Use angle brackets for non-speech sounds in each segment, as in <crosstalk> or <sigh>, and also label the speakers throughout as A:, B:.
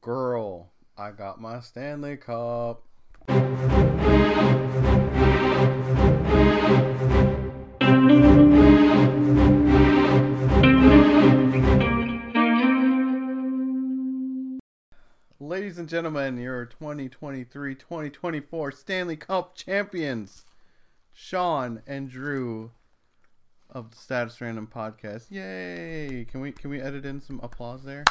A: Girl, I got my Stanley Cup. Ladies and gentlemen, your 2023 2024 Stanley Cup champions, Sean and Drew of the Status Random Podcast. Yay! Can we can we edit in some applause there?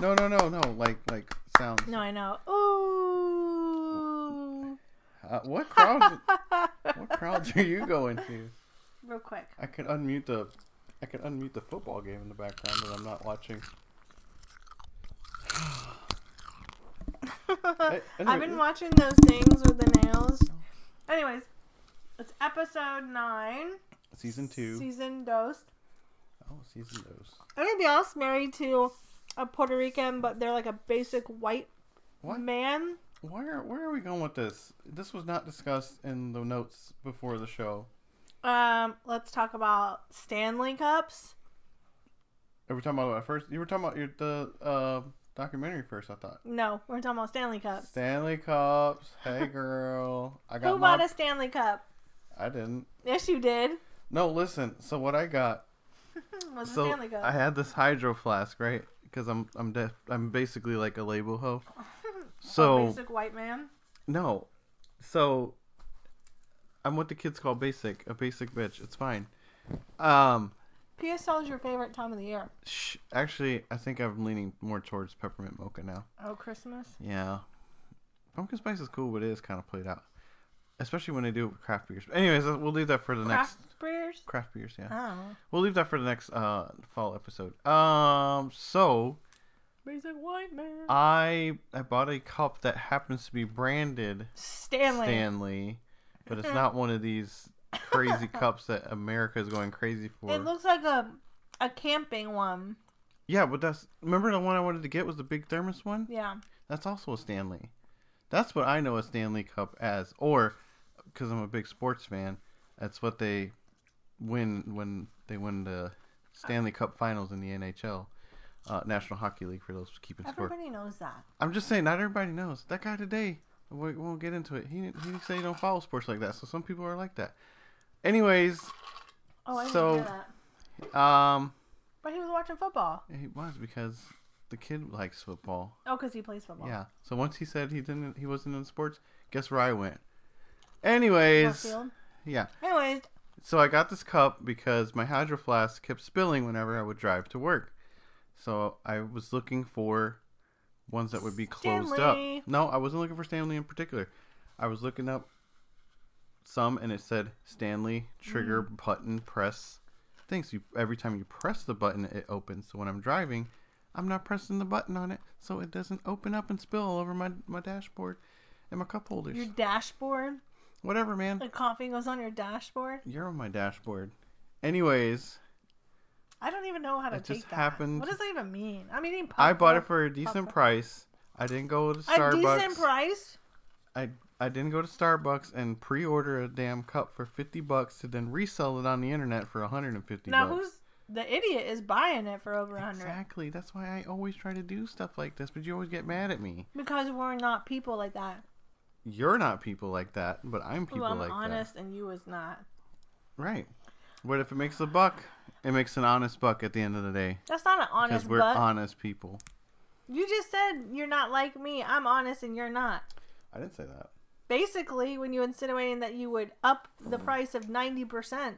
A: No, no, no, no. Like like sounds.
B: No, I know. Ooh.
A: Uh, what crowd? what crowds are you going to?
B: <laughs> Real quick.
A: I could unmute the, I could unmute the football game in the background that I'm not watching.
B: I've
A: anyway-
B: been watching those things with the nails. Anyways, it's episode nine.
A: Season two.
B: Season dosed.
A: oh, season those.
B: I'm gonna be honest, married to a Puerto Rican, but they're like a basic white
A: What?
B: man.
A: Where where are we going with this? This was not discussed in the notes before the show.
B: Um, let's talk about Stanley Cups.
A: Are we talking about it first? You were talking about your, the uh, documentary first. I thought
B: No, we're talking about Stanley Cups.
A: Stanley Cups.
B: <laughs>
A: Hey girl, I got
B: Who
A: my.
B: bought a Stanley Cup?
A: I didn't.
B: Yes, you did.
A: No, listen. So what I got
B: Was a
A: so
B: Stanley Cup.
A: I had this hydro flask, right? Because I'm I'm def- I'm basically like a label
B: <laughs>
A: hoe.
B: Oh, a
A: So
B: basic white man.
A: no, so I'm what the kids call basic, a basic bitch. It's fine. Um,
B: PSL is your favorite time of the year.
A: sh- actually, I think I'm leaning more towards peppermint mocha now.
B: Oh, Christmas.
A: Yeah, pumpkin spice is cool, but it is kind of played out, especially when they do it with craft beers. But anyways, uh, we'll leave that for the next
B: Craft beers.
A: craft beers. Yeah,
B: Oh,
A: we'll leave that for the next uh fall episode. Um, so.
B: basic white man.
A: Uh, I I bought a cup that happens to be branded
B: Stanley. Mm-hmm.
A: Stanley, but it's not one of these crazy cups that America is going crazy for.
B: It looks like a a camping one.
A: yeah, but that's remember the one I wanted to get was the big thermos one.
B: Yeah.
A: That's also a Stanley. That's what I know a Stanley Cup as, or because I'm a big sports fan, that's what they win when they win the Stanley Cup Finals in the NHL, uh, National Hockey League. For those keeping score.
B: Everybody knows that.
A: I'm just saying, not everybody knows. That guy today, we we won't get into it. He didn't, he didn't say he don't follow sports like that. So some people are like that. Anyways,
B: Oh, I didn't
A: So-
B: hear that.
A: um,
B: But he was watching football.
A: it was because the kid likes football.
B: Oh, because he plays football.
A: Yeah. So once he said he didn't, he wasn't in sports. Guess where I went. Anyways,
B: Northfield.
A: yeah.
B: Anyways,
A: So I got this cup because my hydro flask kept spilling whenever I would drive to work. So I was looking for ones that would be closed
B: Stanley.
A: up. No, I wasn't looking for Stanley in particular. I was looking up some and it said Stanley trigger button press things. You every time you press the button it opens. So when I'm driving, I'm not pressing the button on it, so it doesn't open up and spill all over my, my dashboard and my cup holders.
B: your dashboard.
A: Whatever, man.
B: The coffee goes on your dashboard.
A: You're on my dashboard. Anyways,
B: I don't even know how to
A: It
B: take
A: just
B: that.
A: happened.
B: What does that even mean? I'm eating popcorn.
A: I bought it for a decent
B: Popcorn.
A: price. I didn't go to
B: a
A: Starbucks.
B: decent price.
A: I I didn't go to Starbucks and pre-order a damn cup for 50 bucks to then resell it on the internet for 150
B: Now
A: bucks.
B: who's the idiot is buying it for over a hundred?
A: Exactly. That's why I always try to do stuff like this, but you always get mad at me.
B: Because we're not people like that.
A: You're not people like that, but I'm people
B: Well, I'm
A: like
B: honest and you was not.
A: that. Right. But if it makes a buck, it makes an honest buck at the end of the day
B: That's not an
A: because
B: honest
A: we're
B: buck.
A: honest people.
B: You just said you're not like me. I'm honest and you're not.
A: I didn't say that.
B: Basically, when you insinuating that you would up the price of 90%.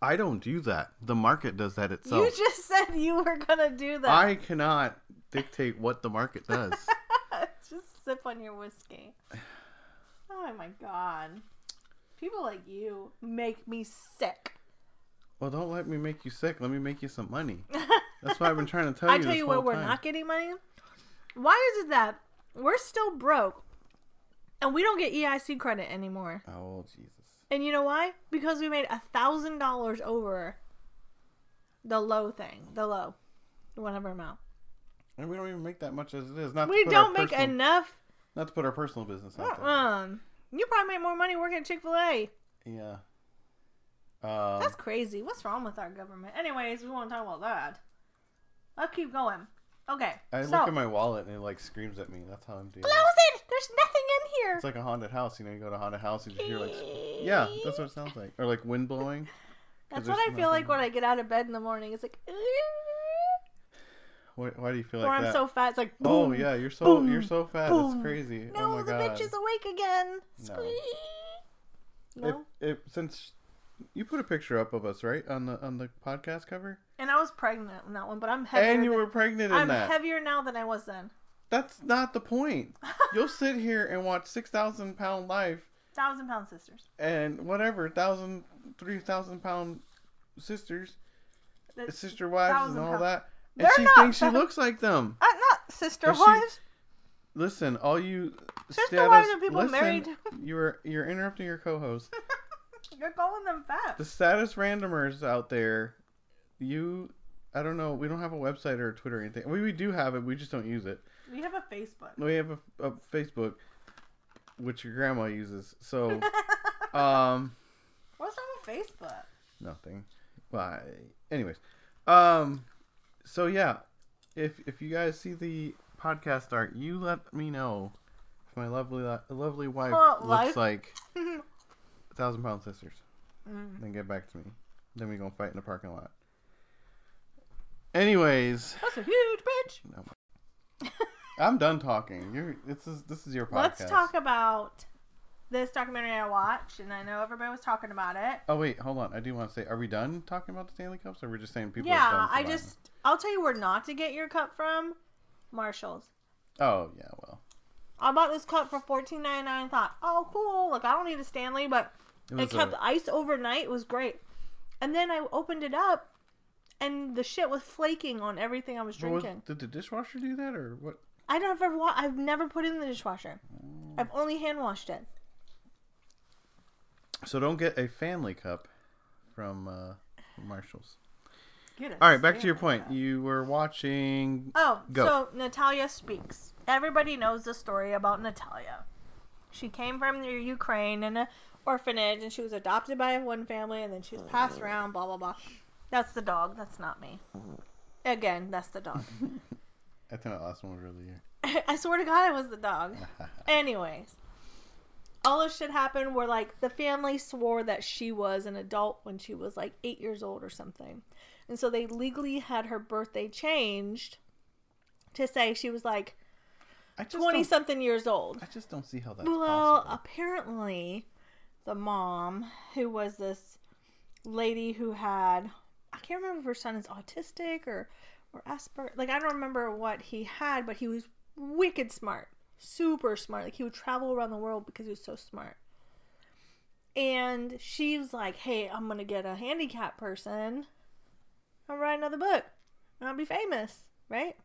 A: I don't do that. The market does that itself.
B: you just <laughs> said you were going to do that.
A: I cannot dictate what the market does.
B: <laughs> just sip on your whiskey. Oh my god. People like you make me sick.
A: well, don't let me make you sick. Let me make you some
B: <laughs>
A: money. That's what I've been trying to tell you.
B: I tell
A: this
B: you
A: whole
B: what, we're
A: time.
B: not getting money. Why is it that we're still broke and we don't get EIC credit anymore?
A: Oh Jesus!
B: And you know why? Because we made a thousand dollars over the low thing, the low, whatever amount.
A: And we don't even make that much as it is. Not to
B: We
A: put
B: don't
A: our
B: make
A: personal,
B: enough.
A: Not to put our personal business out there.
B: Um, you probably made more money working at Chick Fil A.
A: Yeah. Um,
B: That's crazy. What's wrong with our government? Anyways, we won't talk about that. I'll keep going. Okay.
A: I
B: so,
A: look at my wallet and it like screams at me. That's how I'm doing.
B: close
A: it.
B: it. There's nothing in here.
A: It's like a haunted house. You know, you go to a haunted house, you just hear like, yeah, that's what it sounds like, or like wind blowing.
B: That's
A: there's
B: what I feel
A: nothing.
B: like when I get out of bed in the morning. It's like,
A: Why, why do you feel
B: or
A: like
B: I'm
A: that?
B: so fat. It's like,
A: oh
B: boom.
A: yeah, you're so
B: boom,
A: you're so fat.
B: boom.
A: That's crazy.
B: No,
A: oh my
B: the
A: god.
B: bitch is awake again.
A: No.
B: Squeak. No.
A: If, if since you put a picture up of us right on the on the podcast cover,
B: and I was pregnant in that one, but I'm heavier.
A: and you
B: than-
A: were pregnant in
B: I'm
A: that.
B: heavier now than I was then.
A: That's not the
B: <laughs>
A: point. You'll sit here and watch six thousand pound life
B: Thousand pound sisters.
A: and whatever thousand three thousand pound sisters,
B: That-
A: sister wives, and
B: Thousand
A: all
B: pound-
A: that, and
B: They're
A: she
B: not
A: thinks she
B: that-
A: looks like them.
B: Uh, not sister
A: Is she-
B: wives.
A: Listen, all you
B: Sister
A: status-
B: wives are people
A: listen,
B: married. <laughs>
A: You're you're interrupting your co-host.
B: You're calling them fat.
A: the status randomers out there, you, I don't know. We don't have a website or a Twitter or anything. We we do have it. We just don't use it.
B: We have a Facebook.
A: We have a, a Facebook, which your grandma uses.
B: <laughs>
A: So, um,
B: What's wrong with Facebook?
A: nothing. Why? Anyways, um, so yeah, if if you guys see the podcast art, you let me know. If my lovely lovely wife
B: Oh,
A: looks
B: life. <laughs>
A: like thousand pound sisters.
B: Mm.
A: Then get back to me. Then we gonna fight in the parking lot. Anyways,
B: That's a huge bitch.
A: I'm done talking. You're this is this is your podcast.
B: Let's talk about this documentary I watched, and I know everybody was talking about it.
A: Oh wait, hold on. I do want to say, are we done talking about the Stanley Cups? Or we're just saying people? are
B: yeah,
A: done for
B: I
A: buying
B: just I'll tell you where not to get your cup from. Marshalls.
A: them? Oh yeah, well,
B: I bought this cup for fourteen ninety nine. and Thought, oh cool, like I don't need a Stanley, but
A: it
B: it
A: was
B: kept
A: a-
B: ice overnight. It was great. And then I opened it up, and the shit was flaking on everything I was
A: what was-
B: drinking.
A: did the dishwasher do that or what?
B: I don't ever. Wa- I've never put it in the dishwasher.
A: Mm.
B: I've only hand washed it.
A: So don't get a family cup from uh, from Marshalls.
B: Get
A: All right, back to your point. You were watching.
B: Oh,
A: Go.
B: so Natalia speaks. Everybody knows the story about Natalia. She came from the Ukraine in an orphanage, and she was adopted by one family, and then she was passed around. Blah blah blah. That's the dog. That's not me. Again, that's the dog. <laughs>
A: I think that last one was really.
B: I swear to God, I was the dog. Anyways, all this shit happened where like the family swore that she was an adult when she was like eight years old or something, and so they legally had her birthday changed to say she was like
A: I just
B: twenty
A: don't,
B: something years old.
A: I just don't see how that's
B: Well, uh,
A: possible.
B: apparently, the mom who was this lady who had I can't remember if her son is autistic or or Asperger. Like I don't remember what he had, but he was wicked smart, super smart. Like he would travel around the world because he was so smart. And she's like, "Hey, I'm gonna get a handicapped person. I'll write another book, and I'll be famous, right?"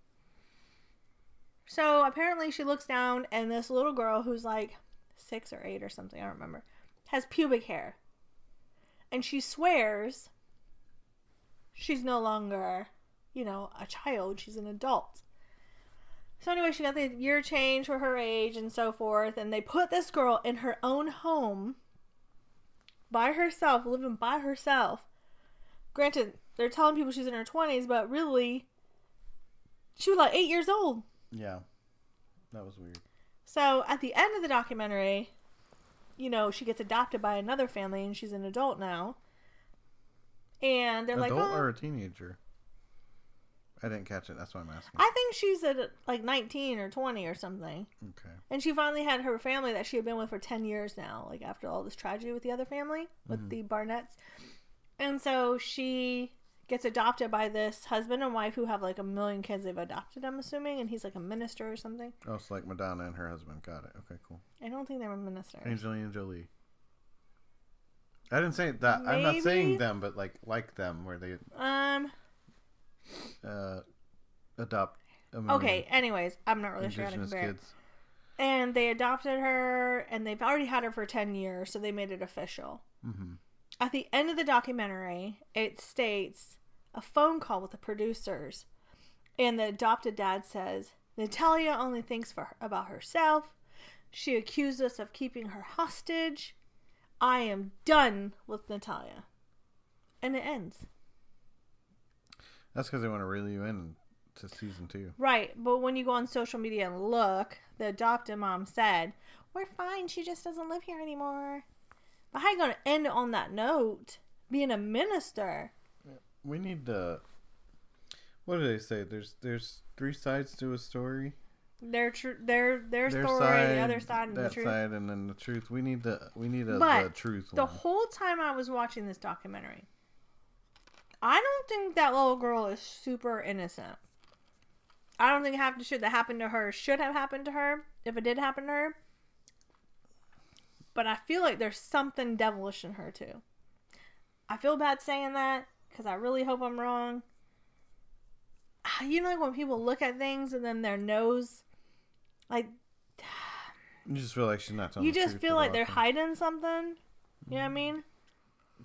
B: So apparently she looks down and this little girl who's like six or eight or something, I don't remember, has pubic hair. And she swears she's no longer, you know, a child, she's an adult. So anyway, she got the year change for her age and so forth, and they put this girl in her own home by herself, living by herself. Granted, they're telling people she's in her twenties, but really she was like eight years old.
A: yeah, that was weird.
B: So at the end of the documentary, you know, she gets adopted by another family and she's an adult now. And they're
A: Adult
B: like, oh,
A: or a teenager? I didn't catch it. That's why I'm asking.
B: I think she's at like 19 or 20 or something.
A: Okay.
B: And she finally had her family that she had been with for 10 years now, like after all this tragedy with the other family, with
A: Mm-hmm.
B: the Barnetts. And so she gets adopted by this husband and wife who have like a million kids they've adopted, I'm assuming. And he's like a minister or something.
A: Oh, it's like Madonna and her husband. Got it. Okay, cool.
B: I don't think they were ministers.
A: Angelina Jolie. I didn't say that. I'm not saying
B: Maybe.
A: them, but like like them, where they
B: Um,
A: uh, adopt. I mean,
B: okay, anyways, I'm not really sure how to
A: indigenous
B: compare. it.
A: kids.
B: And they adopted her, and they've already had her for 10 years, so they made it official.
A: hmm
B: At the end of the documentary, it states a phone call with the producers, and the adopted dad says, Natalia only thinks for about herself. She accused us of keeping her hostage. I am done with Natalia. And it ends.
A: That's because they want to reel you in and to season two.
B: Right, but when you go on social media and look, the adopted mom said, "We're fine. She just doesn't live here anymore." But how you gonna end on that note? Being a minister,
A: We need to. What do they say? There's there's three sides to a story.
B: their tr- their their, story, the other side, and
A: that
B: the truth.
A: side, and then the truth. We need the we need a,
B: But
A: the truth
B: The
A: one.
B: whole time I was watching this documentary, I don't think that little girl is super innocent. I don't think half the shit that happened to her should have happened to her if it did happen to her. But I feel like there's something devilish in her too. I feel bad saying that because I really hope I'm wrong. Ah, You know, like when people look at things and then their nose, like
A: You just feel like she's not telling.
B: you
A: the
B: just
A: truth
B: feel like
A: about
B: they're
A: them.
B: hiding something. You know what I mean?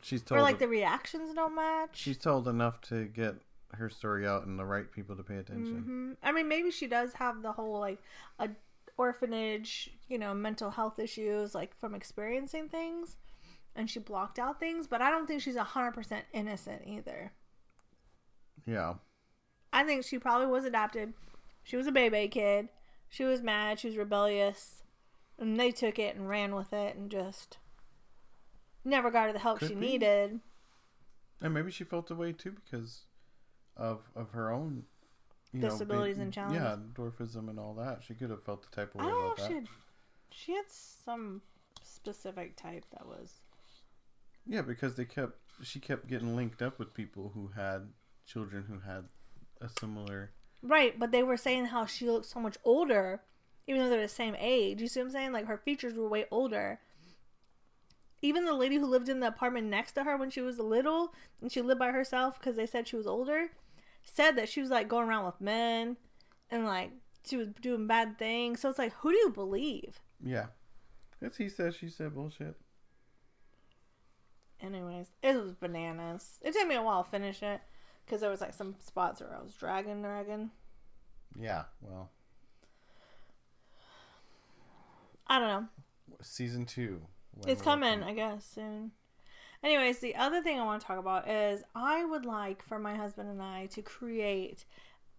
A: She's told.
B: or like the reactions don't match.
A: she's told enough to get her story out and the right people to pay attention.
B: hmm I mean, maybe she does have the whole like a orphanage, you know, mental health issues, like from experiencing things, and she blocked out things. But I don't think she's hundred percent innocent either.
A: Yeah.
B: I think she probably was adopted. She was a baby kid. She was mad. She was rebellious, and they took it and ran with it and just never got her the help
A: Could
B: she
A: be.
B: needed.
A: And maybe she felt the way too because of of her own you
B: Disabilities
A: being-
B: and challenges.
A: Yeah, dwarfism and all that. She could have felt the type of
B: I
A: way
B: don't know
A: about
B: if
A: that.
B: she had, she had some specific type that was
A: Yeah, because they kept she kept getting linked up with people who had children who had a similar.
B: Right, but they were saying how she looked so much older, even though they're the same age. You see what I'm saying? Like her features were way older. Even the lady who lived in the apartment next to her when she was little and she lived by herself because they said she was older, said that she was like going around with men and like she was doing bad things. So it's like, who do you believe?
A: Yeah, that's he said she said bullshit.
B: Anyways, it was bananas. It took me a while to finish it because there was like some spots where I was dragging, dragging.
A: Yeah, well,
B: I don't know.
A: season two. when
B: It's
A: will it
B: coming,
A: come?
B: I guess, soon. Anyways, the other thing I want to talk about is I would like for my husband and I to create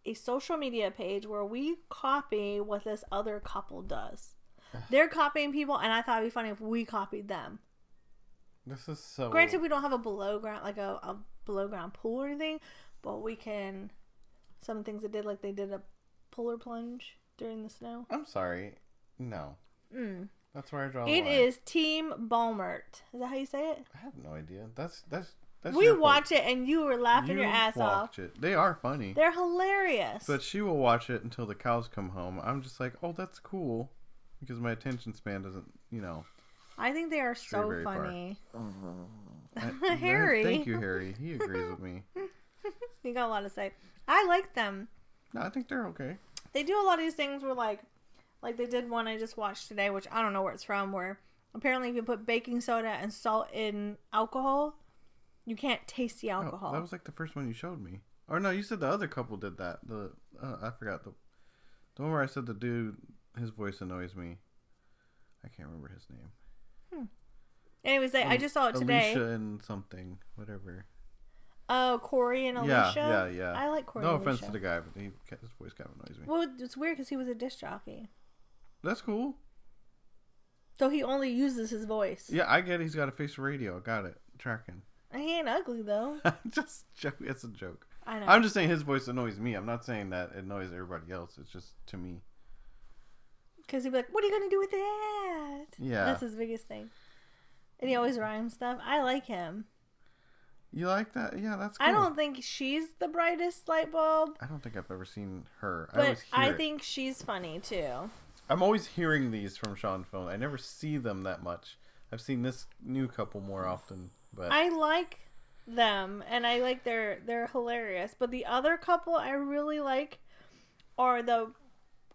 B: a social media page where we copy what this other
A: <sighs>
B: couple does. They're copying people, and I thought it'd be funny if we copied them.
A: This is so.
B: Granted, we don't have a below ground, like a, a below ground pool or anything, but we can. Some things they did, like they did a polar plunge during the snow.
A: I'm sorry. No,
B: Mm.
A: that's where I draw the
B: It
A: line.
B: is Team Balmert. Is that how you say it?
A: I have no idea. That's that's that's.
B: we
A: your fault.
B: watch it and you were laughing
A: You
B: your ass off.
A: watch It. They are funny.
B: They're hilarious.
A: But she will watch it until the cows come home. I'm just like, oh, that's cool, because my attention span doesn't, you know.
B: I think they are so
A: Strawberry Park.
B: funny. <laughs>
A: I-
B: Harry.
A: Thank you, Harry. He agrees with me.
B: You got a lot to say. I like them.
A: No, I think they're okay.
B: They do a lot of these things where like like they did one I just watched today, which I don't know where it's from, where apparently if you put baking soda and salt in alcohol, you can't taste the
A: No,
B: alcohol.
A: Oh, that was like the first one you showed me. Or no, you said the other couple did that. The uh, I forgot the the one where I said the dude, his voice annoys me. I can't remember his name.
B: Anyways, I, I just saw it today.
A: Alicia and something, whatever.
B: Oh, Corey and Alicia.
A: Yeah, yeah, yeah.
B: I like Corey
A: no
B: and
A: offense to
B: Alicia.
A: the guy, but he, his voice kind of annoys me.
B: Well, it's weird because he was a disc jockey,
A: That's cool.
B: so he only uses his voice.
A: Yeah, I get he's got a face for radio. Got it. Tracking. <laughs>
B: He ain't ugly though.
A: just joke. It's a joke.
B: I know.
A: I'm just saying his voice annoys me. I'm not saying that it annoys everybody else. It's just to me.
B: Because he'd be like, "What are you gonna do with that?"
A: Yeah.
B: that's his biggest thing. And he always rhymes stuff. I like him.
A: You like that? Yeah, that's. Cool.
B: I don't think she's the brightest light bulb,
A: I don't think I've ever seen her. I
B: but
A: always hear
B: I,
A: it.
B: think she's funny too.
A: I'm always hearing these from Sean Phone. I never see them that much. I've seen this new couple more often, but
B: I like them, and I like their they're hilarious. But the other couple I really like are the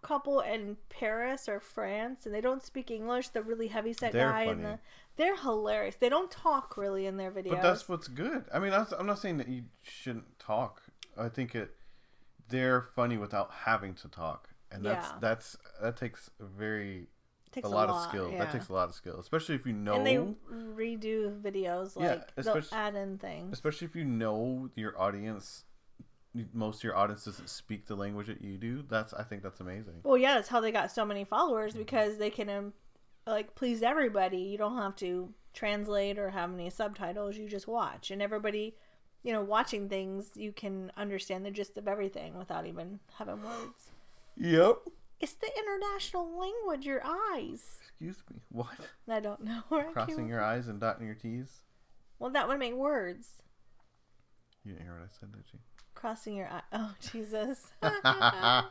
B: couple in Paris or France, and they don't speak English. The really heavy set
A: They're
B: guy
A: funny.
B: and the they're hilarious. They don't talk really in their videos.
A: but that's what's good. I mean, that's, I'm not saying that you shouldn't talk. I think it they're funny without having to talk, and that's
B: Yeah.
A: that's that takes a very
B: takes
A: a lot, of skill.
B: yeah.
A: That takes a lot of skill, especially if you know,
B: And they redo videos
A: Yeah,
B: like they'll
A: especially-
B: add in things.
A: especially if you know your audience most of your audience doesn't speak the language that you do. That's I think that's amazing.
B: Well, yeah, that's how they got so many
A: Mm-hmm.
B: followers because they can um, like please everybody. You don't have to translate or have any subtitles. You just watch, and everybody, you know, watching things, you can understand the gist of everything without even having words.
A: Yep.
B: It's the international language. Your eyes.
A: Excuse me. <laughs> What?
B: I don't know. where I
A: Crossing
B: came-
A: your eyes and dotting your T's.
B: Well, that would make words.
A: You didn't hear what I said, did
B: <laughs>
A: you?
B: Crossing your eye. Oh, <laughs>
A: <laughs>
B: Jesus. I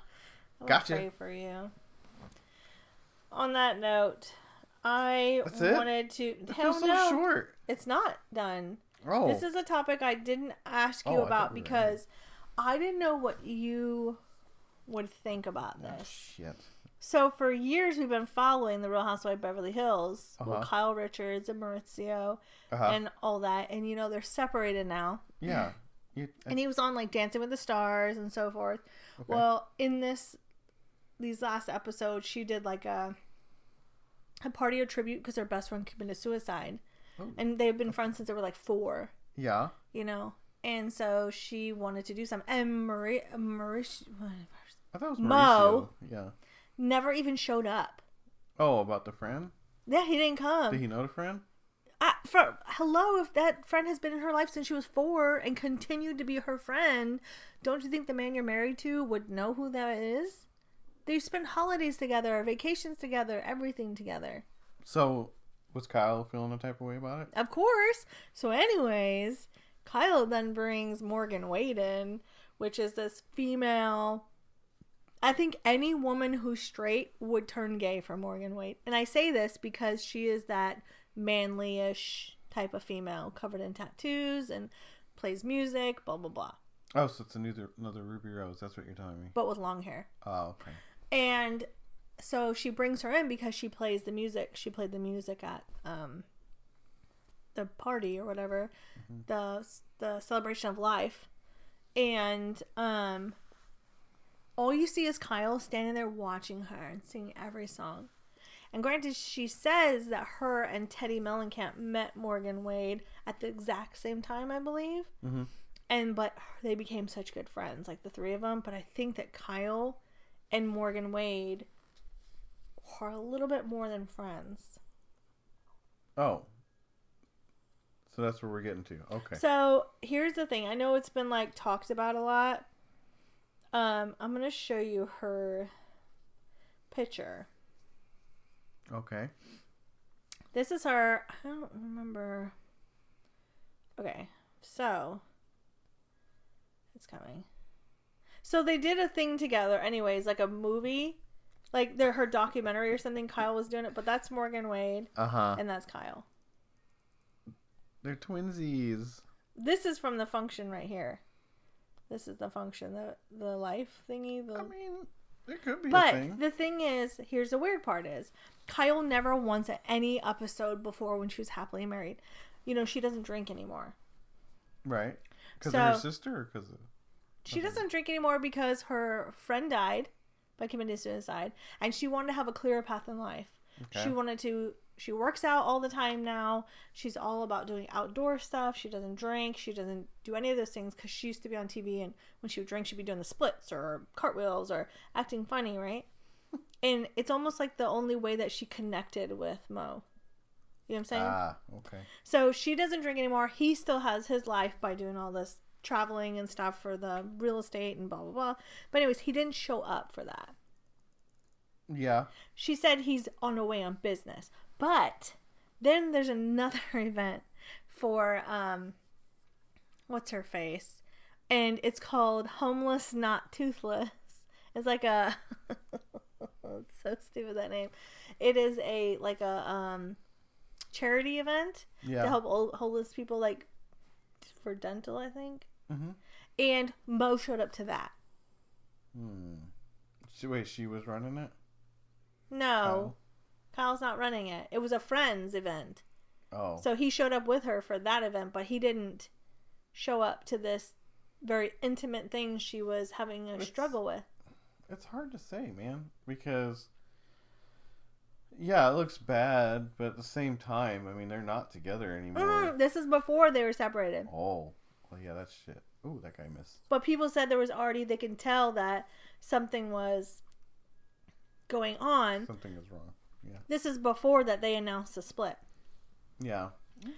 B: will
A: Gotcha.
B: Pray for you. On that note, I
A: That's it?
B: wanted to.
A: It
B: Hell
A: feels so
B: no,
A: short.
B: it's not done.
A: Oh.
B: This is a topic I didn't ask you
A: Oh, I
B: about
A: thought we were-
B: because I didn't know what you would think about
A: Oh,
B: this.
A: shit.
B: So for years we've been following the Real Housewives of Beverly Hills
A: Uh-huh.
B: with Kyle Richards and Maurizio
A: Uh-huh.
B: and all that, and you know they're separated now.
A: yeah.
B: <laughs>
A: You,
B: and he was on like Dancing with the Stars and so forth. Well, in this these last episodes, she did like a a party or tribute because her best friend committed suicide,
A: Oh.
B: and they've been friends since they were like four,
A: yeah.
B: you know. And so she wanted to do some, and Marie, Marie
A: I thought it was
B: Mo.
A: Mauricio. Yeah.
B: never even showed up.
A: Oh, about the friend?
B: Yeah, he didn't come.
A: Did he know the friend?
B: I, for, hello, if that friend has been in her life since she was four and continued to be her friend, don't you think the man you're married to would know who that is? They spent holidays together, vacations together, everything together.
A: So, was Kyle feeling a type of way about it?
B: Of course. So, anyways, Kyle then brings Morgan Wade in, which is this female. I think any woman who's straight would turn gay for Morgan Wade. And I say this because she is that manly ish type of female, covered in tattoos and plays music, blah, blah, blah,
A: Oh, so it's another, another Ruby Rose. That's what you're telling me.
B: but with long hair.
A: Oh, okay.
B: And so she brings her in because she plays the music. She played the music at um, the party or whatever, the the celebration of life. And um, all you see is Kyle standing there watching her and singing every song. And granted, she says that her and Teddy Mellencamp met Morgan Wade at the exact same time, I believe.
A: Mhm.
B: And but they became such good friends, like the three of them. But I think that Kyle and Morgan Wade are a little bit more than friends.
A: Oh. So that's where we're getting to. Okay.
B: So here's the thing. I know it's been like talked about a lot. Um, I'm gonna show you her picture.
A: okay.
B: This is her. I don't remember. Okay, so it's coming. So they did a thing together, anyways, like a movie, like they're her documentary or something. Kyle was doing it, but that's Morgan Wade
A: Uh huh.
B: and that's Kyle.
A: They're twinsies.
B: This is from the function right here. This is the function, the the life thingy. The...
A: I mean, there could be a
B: but
A: thing.
B: the thing is, here's the weird part: is Kyle never once at any episode before when she was happily married. You know, she doesn't drink anymore.
A: right. Because of her
B: So-
A: sister or because of.
B: She doesn't drink anymore because her friend died by committing suicide, and she wanted to have a clearer path in life.
A: Okay.
B: She wanted to. She works out all the time now. She's all about doing outdoor stuff. She doesn't drink. She doesn't do any of those things because she used to be on TV, and when she would drink, she'd be doing the splits or cartwheels or acting
A: <laughs>
B: funny, right? and it's almost like the only way that she connected with Mo. You know what I'm saying?
A: Ah, okay.
B: So she doesn't drink anymore. He still has his life by doing all this traveling and stuff for the real estate and blah blah blah. But anyways, he didn't show up for that.
A: Yeah.
B: She said he's on the way on business. But then there's another <laughs> event for um what's her face? And it's called Homeless Not Toothless. It's like a <laughs> it's so stupid that name. It is a like a um charity event
A: Yeah.
B: to help old homeless people like for dental, I think.
A: Mm-hmm.
B: And Mo showed up to that.
A: Hmm. She, wait, she was running it?
B: No, Kyle's not running it. It was a friends event.
A: Oh.
B: So he showed up with her for that event, but he didn't show up to this very intimate thing she was having a
A: It's-
B: struggle with.
A: It's hard to say, man, because yeah, it looks bad, but at the same time, I mean, they're not together anymore.
B: Mm, this is before they were separated.
A: Oh, well, yeah, that's shit. Oh, that guy missed.
B: But people said there was already they can tell that something was going on.
A: Something is wrong.
B: This is before that they announced the split.
A: Yeah.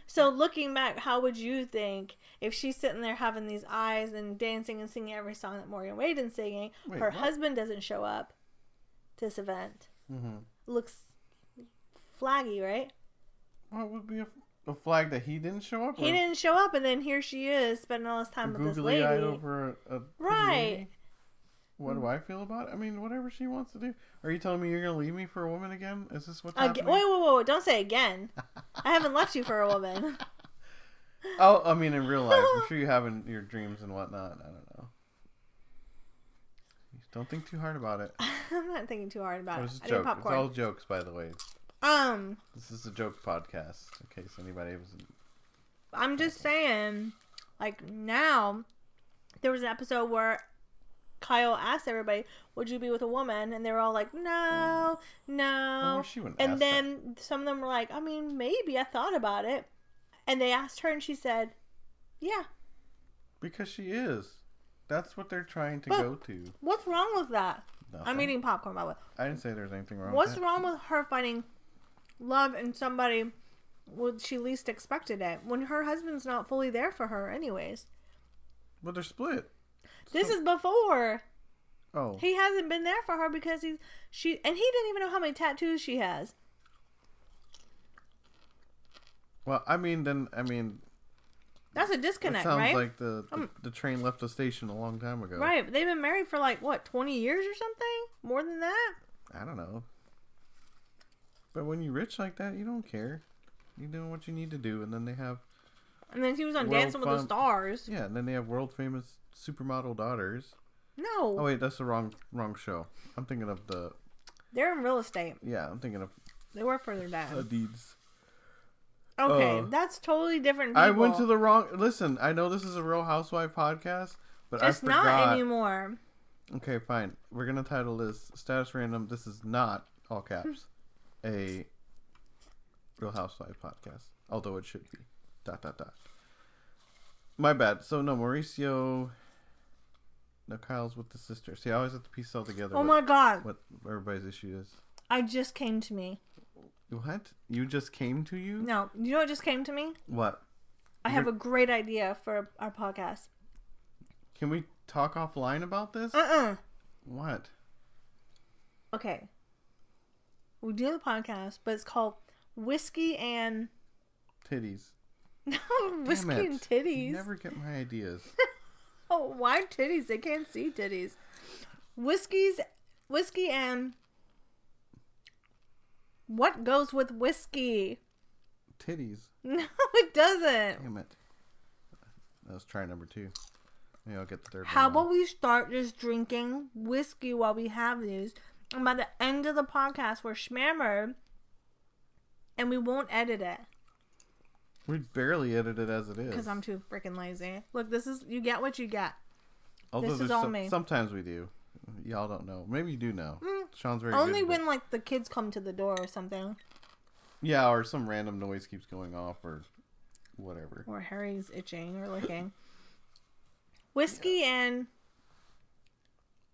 B: So looking back, how would you think if she's sitting there having these eyes and dancing and singing every song that Morgan Wade's singing,
A: Wait,
B: her
A: what?
B: husband doesn't show up to this event?
A: Mm-hmm.
B: Looks flaggy, right?
A: What would be a, a flag that he didn't show up?
B: He didn't show up, and then here she is spending all this time with this lady.
A: eyed over a, a pretty
B: Right.
A: lady? What do I feel about it? I mean, whatever she wants to do. Are you telling me you're gonna leave me for a woman again? Is this what's
B: Aga-
A: happening?
B: wait, wait, wait, wait! Don't
A: <laughs>
B: say again. I haven't left you for a woman. <laughs>
A: Oh, I mean, in real life, I'm sure you have in your dreams and whatnot. I don't know. Don't think too hard about it.
B: I'm not thinking too hard
A: It
B: about it.
A: was a
B: Uh, I did
A: joke. It's
B: popcorn.
A: all jokes, by the way.
B: Um,
A: This is a joke podcast, in case anybody was.
B: I'm just saying, like now, there was an episode where Kyle asked everybody, "Would you be with a woman?" And they were all like, "No,
A: Oh,
B: no."
A: she wouldn't. ask that.
B: and then some of them were like, "I mean, maybe I thought about it." And they asked her, and she said, "Yeah."
A: because she is. That's what they're trying to
B: But-
A: go to.
B: What's wrong with that? I'm
A: Nothing.
B: eating popcorn, by the way.
A: I didn't say there's anything wrong.
B: What's
A: with
B: wrong with her finding love in somebody when she least expected it? When her husband's not fully there for her, anyways.
A: But they're split.
B: This
A: So-
B: is before
A: Oh,
B: he hasn't been there for her because he's she and he didn't even know how many tattoos she has.
A: well, I mean, then I mean,
B: That's a
A: it
B: disconnect,
A: sounds
B: right?
A: like the, the
B: Um,
A: the train left the station a long time ago.
B: Right. They've been married for like what twenty years or something, more than that.
A: I don't know. But when you're rich like that, you don't care. You're doing what you need to do, and then they have
B: And then he was on
A: Well,
B: Dancing with the
A: fun-
B: Stars.
A: yeah, and then they have world famous supermodel daughters.
B: No,
A: Oh wait, that's the wrong wrong show. I'm thinking of the
B: they're in real estate.
A: yeah, I'm thinking of
B: They were further
A: the
B: down.
A: deeds.
B: Okay,
A: uh,
B: that's totally different. People.
A: I went to the wrong. Listen, I know this is a Real Housewife podcast, but I
B: It's
A: forgot.
B: not anymore.
A: Okay, fine. We're gonna title this "Status Random." This is not all
B: <laughs>
A: caps a Real Housewife podcast, although it should be. Dot dot dot. My bad. So no, Mauricio. No, Kyle's with the sister. See, I always have to piece all together
B: Oh
A: what,
B: my god!
A: what everybody's issue is.
B: I just came to me.
A: What? You just came to you?
B: No, you know what just came to me?
A: What?
B: I have a great idea for our podcast.
A: Can we talk offline about this?
B: Uh uh
A: What?
B: Okay. We do the podcast, but it's called Whiskey and <laughs>
A: Titties.
B: No
A: Damn
B: Whiskey
A: it.
B: and Titties.
A: You never get my
B: <laughs>
A: ideas.
B: Oh, why titties? They can't see titties. Whiskey's whiskey and what goes with whiskey? <laughs>
A: Titties.
B: No, it doesn't.
A: Damn it. Let's try number two. Maybe I'll get the third
B: How
A: one. wrong.
B: about we start just drinking whiskey while we have these? And by the end of the podcast, we're schmammered and we won't edit it
A: We barely edit it as it is.
B: because I'm too freaking lazy. Look, this is you get what you get.
A: Although
B: this is
A: there's
B: all
A: some-
B: me.
A: Sometimes we do. Y'all don't know. Maybe you do know. Sean's very
B: Mm. Only
A: good at
B: when like the kids come to the door or something,
A: it. yeah, or some random noise keeps going off or whatever.
B: or Harry's itching or licking. Whiskey and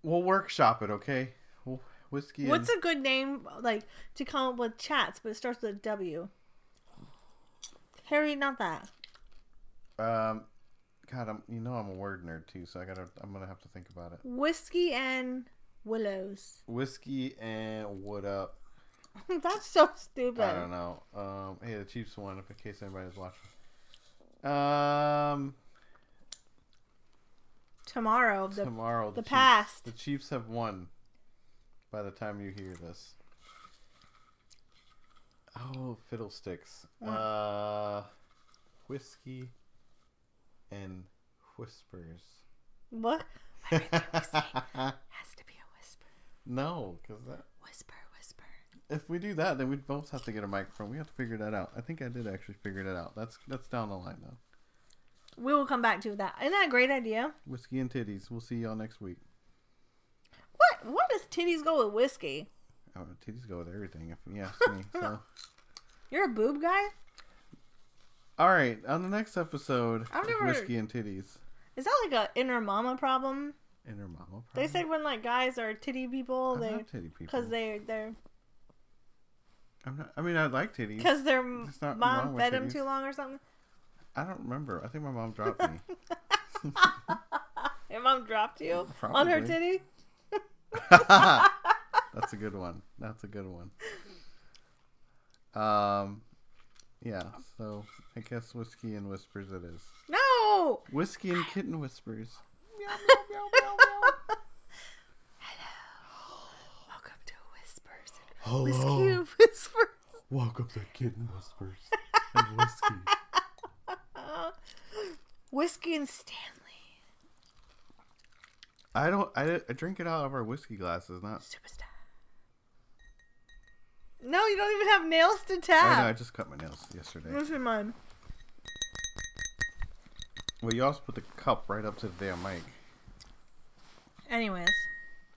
A: We'll workshop it, okay? We'll, whiskey.
B: what's
A: and,
B: a good name like to come up with chats, but it starts with a W. Harry, not that.
A: Um, God, I'm. You know I'm a word nerd too, so I gotta. I'm gonna have to think about it.
B: Whiskey and willows. <laughs>
A: Whiskey and what up?
B: That's so stupid.
A: I don't know. Um, hey, the Chiefs won. If in case anybody's watching. Um.
B: Tomorrow, the
A: tomorrow.
B: the
A: Chiefs-
B: past.
A: The Chiefs have won. By the time you hear this. Oh, fiddlesticks. Uh, whiskey and whispers. <laughs>
B: what has to be a whisper,
A: no, because that.
B: whisper, whisper.
A: If we do that, then we'd both have to get a microphone. We have to figure that out. I think I did actually figure that out. That's that's down the line though.
B: We will come back to that. Isn't that a great idea?
A: Whiskey and titties. We'll see y'all next week.
B: What what does titties go with whiskey?
A: Oh, titties go with everything. If you ask me.
B: <laughs>
A: So.
B: You're a boob guy?
A: All right, on the next episode,
B: I've
A: of
B: never-
A: whiskey and titties.
B: Is that like a inner mama problem?
A: Inner mama.
B: They
A: problem.
B: said when like guys are titty people,
A: I
B: they
A: love Uh-huh. titty people.
B: because they they're
A: I'm not, I mean, I like titties.
B: because their
A: There's nothing wrong
B: mom
A: with
B: fed them
A: titties.
B: too long or something.
A: I don't remember. I think my mom dropped
B: <laughs>
A: me. <laughs>
B: Your mom dropped you on her
A: Probably.
B: titty.
A: That's a good one. That's a good one. Um, yeah. So I guess whiskey and whispers it is.
B: No.
A: Whiskey and kitten whispers.
B: Welcome to whispers.
A: Hello.
B: Whiskey and <laughs> whispers.
A: Welcome to kitten whispers and whiskey.
B: Whiskey and Stanley.
A: I don't. I, I drink it out of our whiskey glasses. Not.
B: Superstar. No, you don't even have nails to
A: I know. I
B: tap.
A: just cut my nails yesterday.
B: Those are mine.
A: Well, you also put the cup right up to the damn mic.
B: Anyways.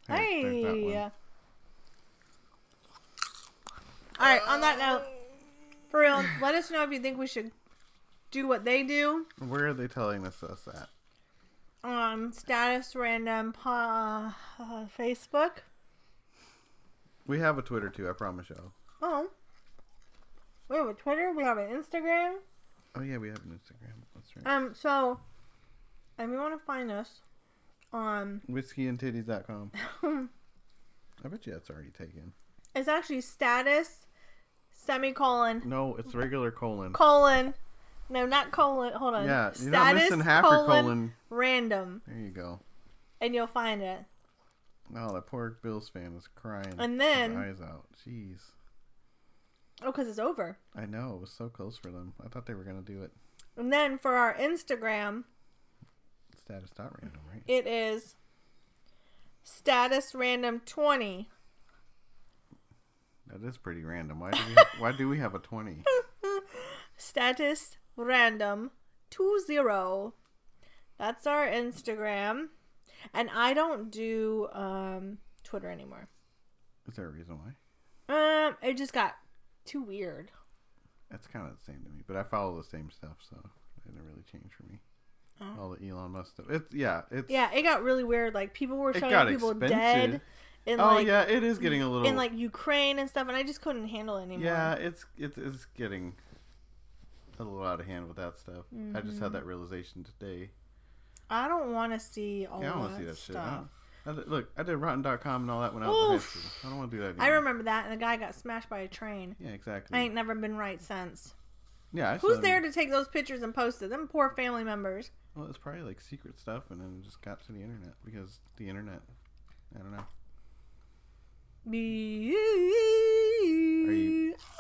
A: Here, there's that one.
B: Hey. All right, on that note, for real, let us know if you think we should do what they do
A: Where are they telling us us at?
B: on status random po- uh, Facebook.
A: We have a Twitter too. I promise y'all.
B: Oh. We have a Twitter, we have an Instagram.
A: Oh yeah, we have an Instagram. That's right.
B: Um, so if you want to find us um, on <laughs>
A: Whiskeyandtitties.com. I bet you that's already taken.
B: it's actually status semicolon
A: No, it's regular colon.
B: colon no not colon hold on
A: yeah, you're not missing half your colon.
B: random
A: There you go.
B: and you'll find it.
A: Oh, that poor Bills fan is crying.
B: And then-
A: his eyes out. Jeez,
B: Oh, because it's over.
A: I know it was so close for them. I thought they were gonna do it.
B: And then for our Instagram,
A: Status dot random, right?
B: it is status random 20.
A: That is pretty random. Why do we have, why do we have a twenty?
B: Status random 20. That's our Instagram. And I don't do um, Twitter anymore.
A: Is there a reason why?
B: Um, it just got too weird.
A: That's kind of the same to me. But I follow the same stuff, so it didn't really change for me.
B: Oh.
A: All the Elon Musk stuff. It's yeah, it's
B: Yeah, it got really weird. Like people were
A: it
B: showing
A: got
B: people
A: expensive.
B: dead in
A: oh
B: like
A: yeah, it is getting a little.
B: in like Ukraine and stuff, and I just couldn't handle it anymore.
A: yeah, it's it's it's getting a little out of hand with that stuff. I just
B: Mm-hmm.
A: had that realization today.
B: I don't want to see all
A: Yeah, I don't
B: that,
A: want to see that shit.
B: stuff.
A: I don't- I did- look, I did Rotten.com and all that when I was in high
B: Oof.
A: school. I don't want to do that anymore.
B: I remember that, and the guy got smashed by a train.
A: Yeah, exactly.
B: I ain't never been right since.
A: yeah, I
B: Who's
A: saw-
B: there to take those pictures and post it? Them poor family members.
A: Well, it's probably like secret stuff, and then it just got to the internet because the internet. I don't know.
B: Be-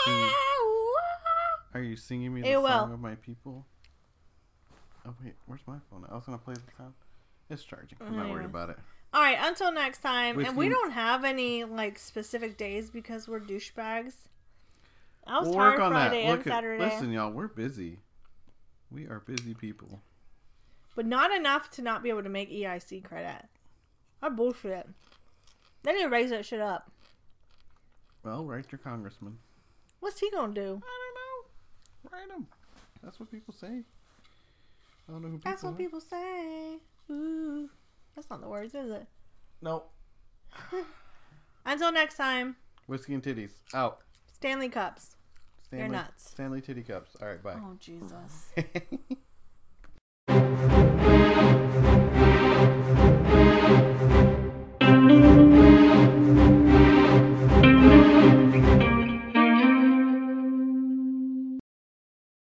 B: Ow.
A: Are you singing me the
B: AOL.
A: song of my people? Oh wait, where's my phone? I was gonna play the sound. It's charging. I'm not worried
B: Anyway.
A: about it.
B: All right, until next time. and we
A: Whiskey-
B: don't have any like specific days because we're douchebags. I was
A: We'll
B: tired Friday and
A: Look at-
B: Saturday,
A: listen, y'all, we're busy. We are busy people.
B: but not enough to not be able to make EIC credit. I bullshit. They need to raise that shit up.
A: Well, write your congressman.
B: What's he gonna do?
A: I don't know. Write him. That's what people say. I don't know who people.
B: That's
A: are.
B: what people say. Ooh, that's not the words, is it?
A: No.
B: Until next time,
A: Whiskey and titties out.
B: Stanley Cups.
A: Stanley,
B: nuts.
A: Stanley titty cups. All right, bye.
B: Oh Jesus.
A: <laughs> Bye.